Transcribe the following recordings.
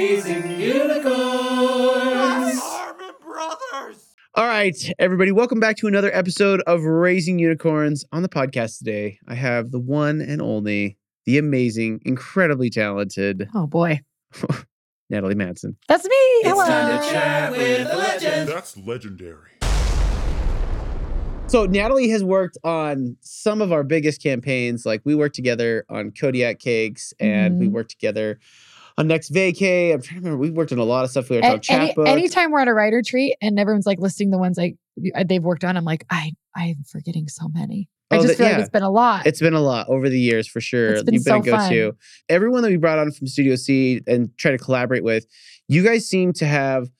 Raising unicorns. Harmon Brothers. All right, everybody, welcome back to another episode of Raising Unicorns. On the podcast today, I have the one and only, the amazing, incredibly talented Oh boy. Natalie Madsen. That's me. Hello. It's time to chat with a legend. That's legendary. So, Natalie has worked on some of our biggest campaigns. Like, we worked together on Kodiak Cakes and we Mhm. worked together on Next Vacay. I'm trying to remember, we worked on a lot of stuff. We worked on At any, Chapbook. anytime we're at a writer treat and everyone's like listing the ones like you- uh, they've worked on, I'm like, I I'm forgetting so many. I Oh, just that- feel like yeah. it's been a lot. It's been a lot over the years for sure. It's been You've been so a go-to. Everyone that we brought on from Studio C and try to collaborate with, you guys seem to have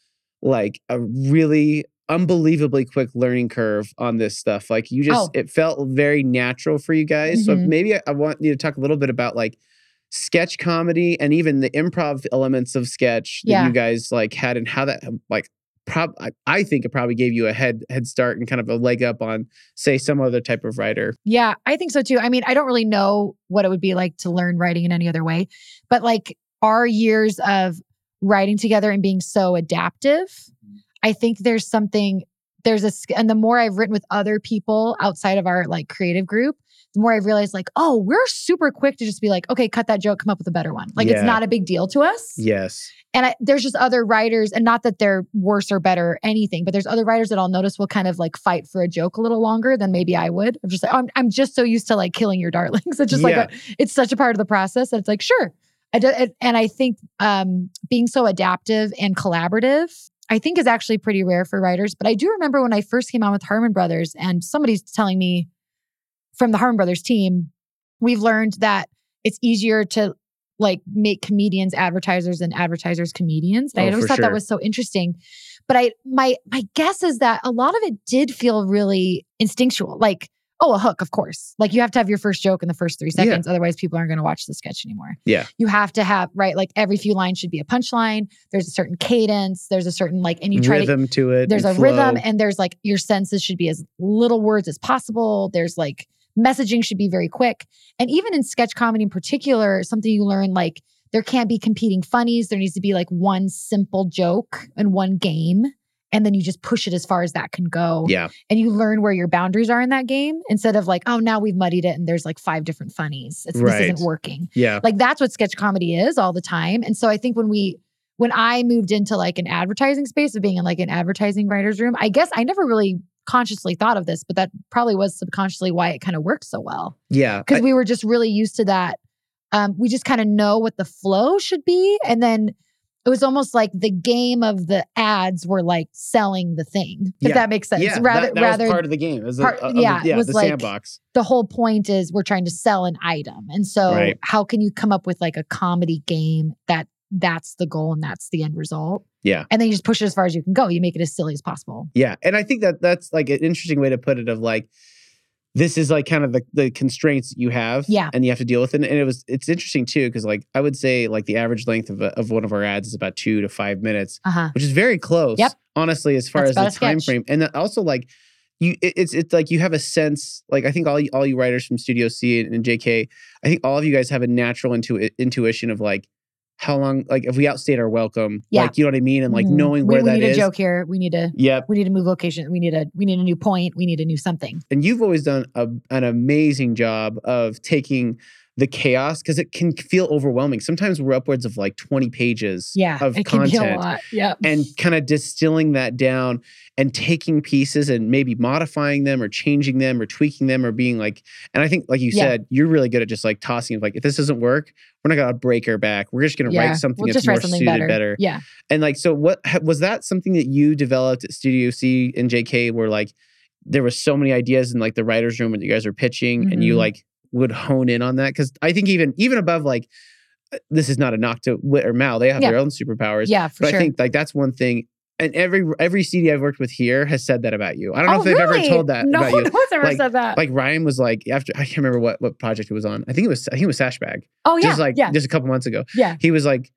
like a really unbelievably quick learning curve on this stuff. Like you just Oh. it felt very natural for you guys. So Mhm. maybe I, I want you to talk a little bit about like sketch comedy and even the improv elements of sketch that Yeah. you guys like had and how that like prob I, I think it probably gave you a head head start and kind of a leg up on say some other type of writer. yeah, I think so too. I mean, I don't really know what it would be like to learn writing in any other way, but like our years of writing together and being so adaptive, I think there's something there's a sk- and the more I've written with other people outside of our like creative group, the more I've realized like, oh, we're super quick to just be like, okay, cut that joke, come up with a better one. Like Yeah. it's not a big deal to us. Yes. and I, there's just other writers and not that they're worse or better or anything but there's other writers that i'll notice will kind of like fight for a joke a little longer than maybe i would i'm just like oh, I'm, I'm just so used to like killing your darlings it's just Yeah. like a, it's such a part of the process that it's like sure I do, and- and i think um, being so adaptive and collaborative i think is actually pretty rare for writers but i do remember when i first came on with harmon brothers and somebody's telling me from the harmon brothers team we've learned that it's easier to like make comedians advertisers and advertisers comedians. And Oh, I always for thought sure. that was so interesting. But I my my guess is that a lot of it did feel really instinctual. Like, oh, a hook, of course. Like you have to have your first joke in the first three Yeah. seconds, otherwise people aren't gonna watch the sketch anymore. Yeah. You have to have, right? Like every few lines should be a punchline. There's a certain cadence, there's a certain like and you try to rhythm to it. there's and a rhythm flow. and there's like your senses should be as little words as possible there's like messaging should be very quick and even in sketch comedy in particular something you learn like there can't be competing funnies there needs to be like one simple joke and one game and then you just push it as far as that can go yeah, and you learn where your boundaries are in that game instead of like oh now we've muddied it and there's like five different funnies it's, this Right. isn't working yeah, like that's what sketch comedy is all the time and so i think when we when i moved into like an advertising space of being in like an advertising writer's room i guess i never really consciously thought of this but that probably was subconsciously why it kind of worked so well yeah. because I- we were just really used to that um, we just kind of know what the flow should be and then it was almost like the game of the ads were like selling the thing if Yeah. that makes sense yeah, rather that, that rather was part of the game. It was a- part- a- of the- yeah, it yeah, was the like- sandbox. the whole point is we're trying to sell an item and so Right. how can you come up with like a comedy game that that's the goal and that's the end result Yeah. and then you just push it as far as you can go you make it as silly as possible Yeah, and I think that that's like an interesting way to put it. Of like, this is like kind of the, the constraints that you have. Yeah. and you have to deal with it. And it was it's interesting too because like I would say like the average length of a, of one of our ads is about two to five minutes. uh-huh which is very close. Yep. Honestly, as far That's about as a the time sketch. frame, and then also like you, it- it's it's like you have a sense. Like I think all you, all you writers from Studio C and, and JK, I think all of you guys have a natural intu- intuition of like how long. Like if we outstayed our welcome, Yeah. like you know what I mean, and like Mhm. knowing we, where we that need is. a joke here we need a Yep. we need to move location we need a we need a new point we need a new something and you've always done a, an amazing job of taking the chaos because it can feel overwhelming. Sometimes we're upwards of like twenty pages yeah of it content. can be a lot yeah and kind of distilling that down and taking pieces and maybe modifying them or changing them or tweaking them or being like and i think like you Yeah. said you're really good at just like tossing like if this doesn't work we're not gonna break her back we're just gonna yeah. write something we'll that's just more write something suited better. better, yeah and like so what ha- was that something that you developed at studio c and jk where like there was so many ideas in like the writers room that you guys were pitching and you Mhm. like would hone in on that because i think even even above like uh, this is not a knock to wit or mal they have Yeah. their own superpowers yeah for but sure I think like that's one thing. And every every CD I've worked with here has said that about you. I don't know oh, if they've really? ever told that no, about you. no one's ever Like- said that Like Ryan was like after I can't remember what what project it was on. I think it was I think it was Sashbag. oh yeah just like yeah just a couple months ago. yeah He was like,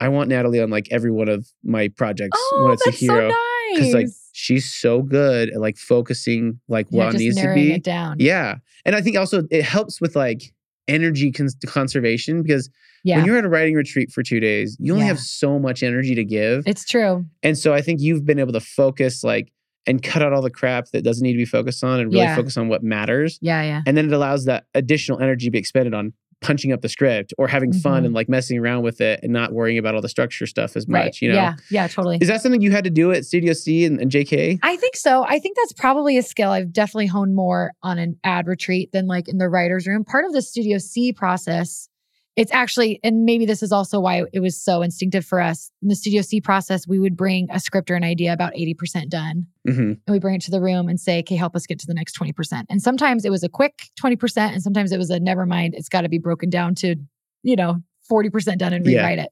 I want Natalie on like every one of my projects when oh it's that's a hero. so nice like she's so good at like focusing like yeah, what just needs to narrowing be. it down Yeah. And I think also it helps with like energy cons- conservation because Yeah. when you're at a writing retreat for two days, you only Yeah. have so much energy to give. it's true. And so I think you've been able to focus like and cut out all the crap that doesn't need to be focused on and really Yeah. focus on what matters. Yeah, yeah. And then it allows that additional energy to be expended on punching up the script or having fun Mhm. and like messing around with it and not worrying about all the structure stuff as much, right. you know? Yeah, yeah, totally. Is that something you had to do at Studio C and, and JK? I think so. I think that's probably a skill I've definitely honed more on an ad retreat than like in the writer's room. Part of the Studio C process, it's actually, and maybe this is also why it was so instinctive for us. In the Studio C process, we would bring a script or an idea about 80% done Mm-hmm. and we bring it to the room and say, okay, help us get to the next 20%. And sometimes it was a quick 20%, and sometimes it was a never mind, it's got to be broken down to, you know, 40% done and Yeah. rewrite it.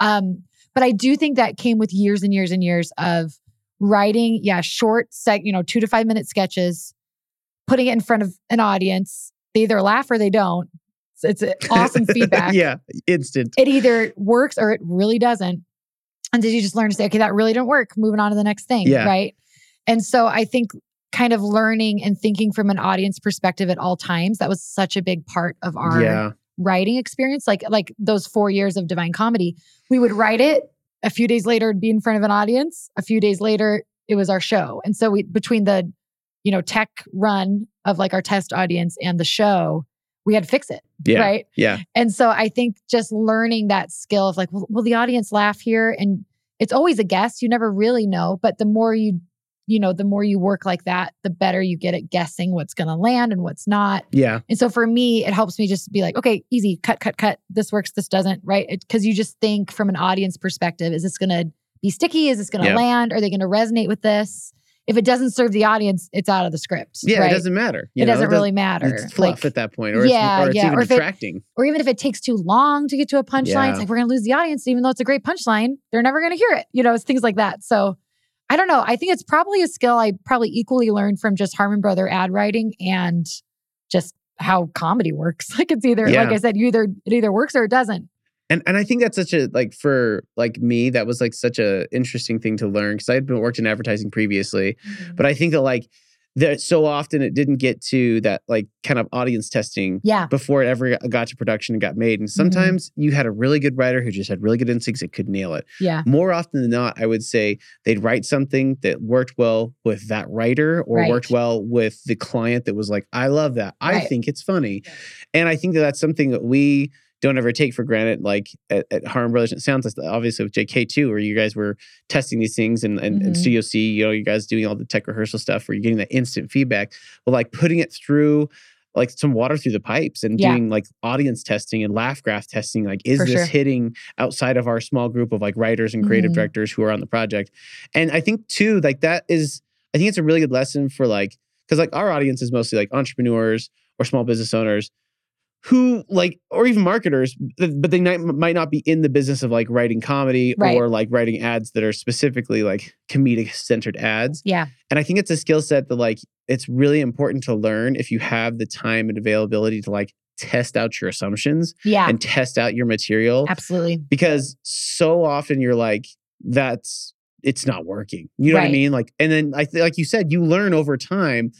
Um, but I do think that came with years and years and years of writing, yeah, short, seg- you know, two to five minute sketches, putting it in front of an audience. They either laugh or they don't. So It's, it's awesome feedback yeah, instant. it either works or it really doesn't. And did you just learn to say, okay, that really didn't work, moving on to the next thing, Yeah. right? And so I think kind of learning and thinking from an audience perspective at all times, that was such a big part of our yeah. writing experience. Like like those 4 years of divine comedy, we would write it, a few days later it'd be in front of an audience, a few days later it was our show. And so we between the you know tech run of like our test audience and the show, we had to fix it, Yeah. right? Yeah. And so I think just learning that skill of like, will, will the audience laugh here? And it's always a guess. You never really know. But the more you, you know, the more you work like that, the better you get at guessing what's going to land and what's not. Yeah. And so for me, it helps me just be like, okay, easy, cut, cut, cut. This works, this doesn't, right? Because you just think from an audience perspective, is this going to be sticky? Is this going to Yeah. land? Are they going to resonate with this? If it doesn't serve the audience, it's out of the script. Yeah. right? It doesn't matter. you It know, doesn't really matter. It's fluff Like- at that point, or yeah, it's, or it's yeah, even or if it- distracting. or even if it takes too long to get to a punchline, Yeah. it's like we're going to lose the audience, even though it's a great punchline. They're never going to hear it. You know, it's things like that. So I don't know. I think it's probably a skill I probably equally learned from just Harmon Brother ad writing and just how comedy works. Like it's either, Yeah. like I said, you either it either works or it doesn't. And and I think that's such a like for like me that was like such a interesting thing to learn because I had been worked in advertising previously, but I think that like that so often it didn't get to that like kind of audience testing yeah. before it ever got to production and got made. And sometimes you had a really good writer who just had really good instincts that could nail it. Yeah. More often than not, I would say they'd write something that worked well with that writer or Right. worked well with the client that was like, I love that. I Right. think it's funny. And I think that that's something that we don't ever take for granted, like at, at Harm Brothers. And it sounds like obviously with JK too, where you guys were testing these things and, and, and Mhm. Studio C, you know, you guys doing all the tech rehearsal stuff where you're getting that instant feedback, but like putting it through like some water through the pipes and Yeah. doing like audience testing and laugh graph testing. Like, is For this sure. hitting outside of our small group of like writers and creative Mhm. directors who are on the project? And I think too, like that is, I think it's a really good lesson for like, because like our audience is mostly like entrepreneurs or small business owners who like or even marketers th- but they might, might not be in the business of like writing comedy Right. or like writing ads that are specifically like comedic centered ads Yeah. and I think it's a skill set that like it's really important to learn if you have the time and availability to like test out your assumptions Yeah. and test out your material absolutely. because so often you're like that's it's not working. You know what I Right. mean? Like and then I th- like you said you learn over time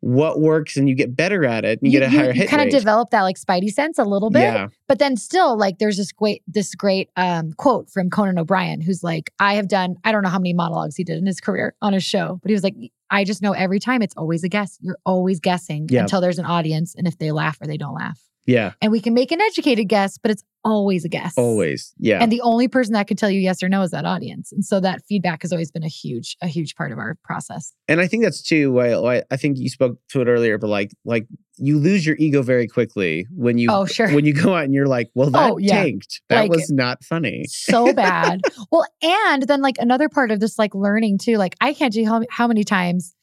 what works and you get better at it and you, get a higher hit kind rate. of develop that like spidey sense a little bit. yeah. but then still like there's this great this great um, quote from conan o'brien who's like i have done i don't know how many monologues he did in his career on his show but he was like i just know every time it's always a guess you're always guessing Yeah. until there's an audience and if they laugh or they don't laugh Yeah. and we can make an educated guess but it's always a guess Always. Yeah. and the only person that can tell you yes or no is that audience and so that feedback has always been a huge a huge part of our process and I think that's too. Why, why I think you spoke to it earlier, but like, like you lose your ego very quickly when you Oh, sure. when you go out and you're like, well, that Oh, yeah. tanked. That Like- was not funny. so bad. well, and then like another part of this like learning too, like I can't tell you how, how many times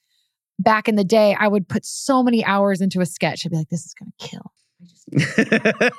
back in the day I would put so many hours into a sketch. I'd be like, this is gonna kill. This is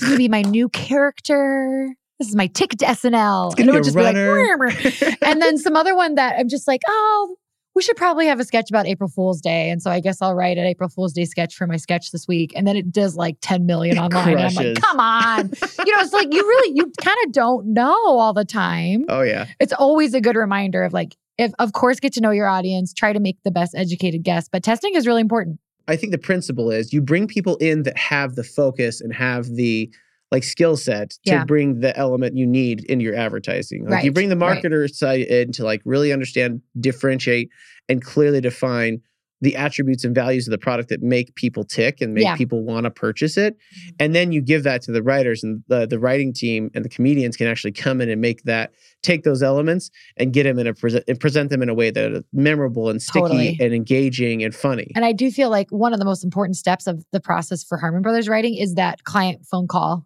gonna be my new character. This is my ticket to SNL. It's gonna and be it would a just be like, runner. "Wah, wah." and then some other one that I'm just like, oh, we should probably have a sketch about April Fool's Day. And so I guess I'll write an April Fool's Day sketch for my sketch this week. And then it does like 10 million online. And I'm crushes. like, come on. you know, it's like you really, you kind of don't know all the time. oh yeah, It's always a good reminder of like, if, of course, get to know your audience, try to make the best educated guess, but testing is really important. I think the principle is you bring people in that have the focus and have the like skill set to Yeah. bring the element you need into your advertising. Like you Right, bring the right. marketer side in to like really understand, differentiate, and clearly define the attributes and values of the product that make people tick and make Yeah. Mm-hmm. people want to purchase it. And then you give that to the writers and the, the writing team and the comedians can actually come in and make that, take those elements and get them in a present and present them in a way that are memorable and sticky Totally. and engaging and funny. And I do feel like one of the most important steps of the process for Harmon Brothers writing is that client phone call,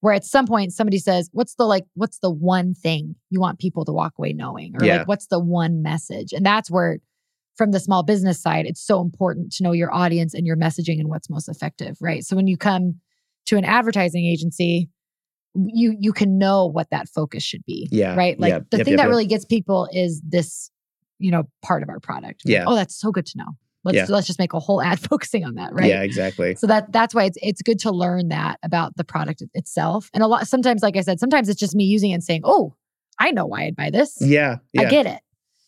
where at some point somebody says, "What's the like? What's the one thing you want people to walk away knowing?" Or Yeah. like, "What's the one message?" And that's where, from the small business side, it's so important to know your audience and your messaging and what's most effective, right? So when you come to an advertising agency, you you can know what that focus should be, Yeah, right? Like yeah, the yep, thing yep, that yep. really gets people is this, you know, part of our product. Like, Yeah. oh, that's so good to know. Let's Yeah. let's just make a whole ad focusing on that, right? Yeah, exactly. So that that's why it's it's good to learn that about the product it- itself. And a lot sometimes, like I said, sometimes it's just me using it and saying, "Oh, I know why I'd buy this. Yeah, I Mm, yeah, get it."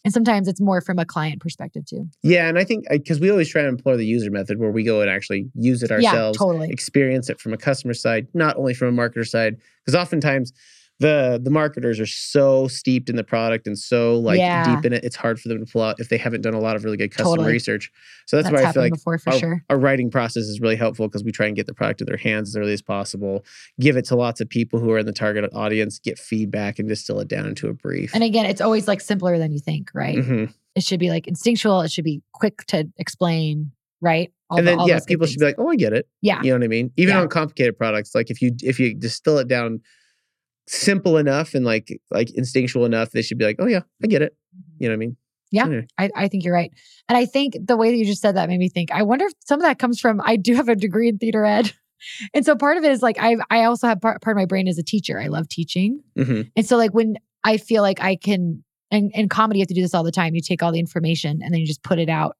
And sometimes it's more from a client perspective too. yeah. And I think because we always try to employ the user method where we go and actually use it ourselves, yeah, totally. experience it from a customer side, not only from a marketer side, because oftentimes the the marketers are so steeped in the product and so like Yeah. deep in it, it's hard for them to pull out if they haven't done a lot of really good customer Totally. research. So that's, That's, why I happened feel like oh before for our, sure. our writing process is really helpful because we try and get the product in their hands as early as possible, give it to lots of people who are in the target audience, get feedback, and distill it down into a brief. And again, it's always like simpler than you think, right? Mhm. It should be like instinctual. It should be quick to explain, right? All and the- then all yeah, those good people things. should be like, "Oh, I get it." Yeah. you know what I mean. Even Yeah. on complicated products, like if you if you distill it down simple enough and like like instinctual enough, they should be like, "Oh yeah, I get it." Mm-hmm. You know what I mean? I, I think you're right. And I think the way that you just said that made me think, I wonder if some of that comes from I do have a degree in theater ed. And so part of it is like I I also have part, part of my brain is a teacher. I love teaching. hmm And so like when I feel like I can and in comedy you have to do this all the time. You take all the information and then you just put it out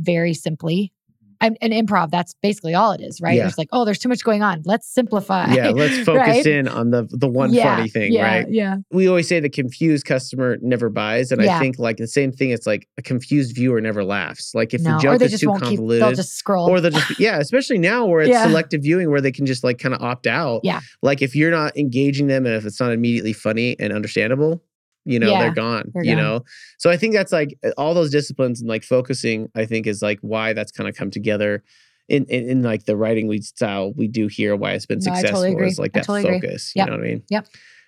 very simply. And, and improv, that's basically all it is, right? Yeah. It's like, oh, there's too much going on. Let's simplify. Mm-hmm. Yeah, let's focus Right? in on the the one Yeah, funny thing, yeah, right? Yeah. We always say the confused customer never buys, and I Yeah. think like the same thing. It's like a confused viewer never laughs. Like if no. the Or joke they is just too won't keep they'll convoluted, just scroll. or they'll just be- yeah especially now where it's Yeah. selective viewing where they can just like kind of opt out Yeah. like if you're not engaging them and if it's not immediately funny and understandable you know Yeah, they're gone they're you gone. know so i think that's like uh, all those disciplines and like focusing i think is like why that's kind of come together in, in in like the writing lead style we do here why it's been No, I totally successful agree. is like I that totally agree. focus Yep. you know what i mean Yep.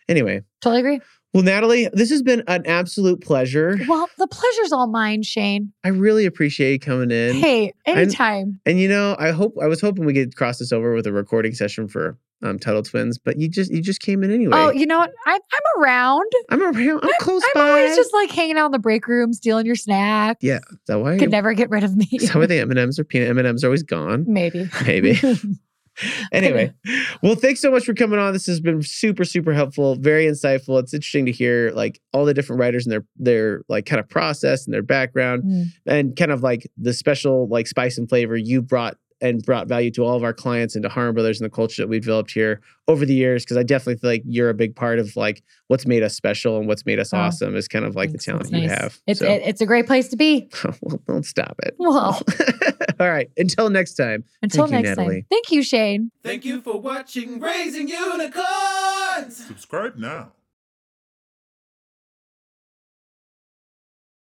anyway totally agree. well natalie this has been an absolute pleasure Well, the pleasure's all mine, Shane. i really appreciate you coming in Hey, I'm- anytime. And you know, I hope I was hoping we could cross this over with a recording session for um Tuttle Twins, but you just you just came in anyway. oh, you know what? I'm I'm around. I'm around. I'm close I'm by. always just like hanging out in the break room, stealing your snack. yeah, is that why? Could never get rid of me. Is that why the M and M's or peanut M and M's are always gone? Maybe. Maybe. anyway, well, thanks so much for coming on. This has been super super helpful, very insightful. It's interesting to hear like all the different writers and their their like kind of process and their background. Mm. and kind of like the special like spice and flavor you brought and brought value to all of our clients and to Harm Brothers and the culture that we developed here over the years. Cause I definitely feel like you're a big part of like what's made us special and what's made us Oh, awesome is kind of like Thanks, the talent that's you nice. have. It's so it- it's a great place to be. well, don't stop it. Well, all right. Until next time. until Thank you, next Natalie. time. Thank you, Shane. Thank you for watching Raising Unicorns! Subscribe now.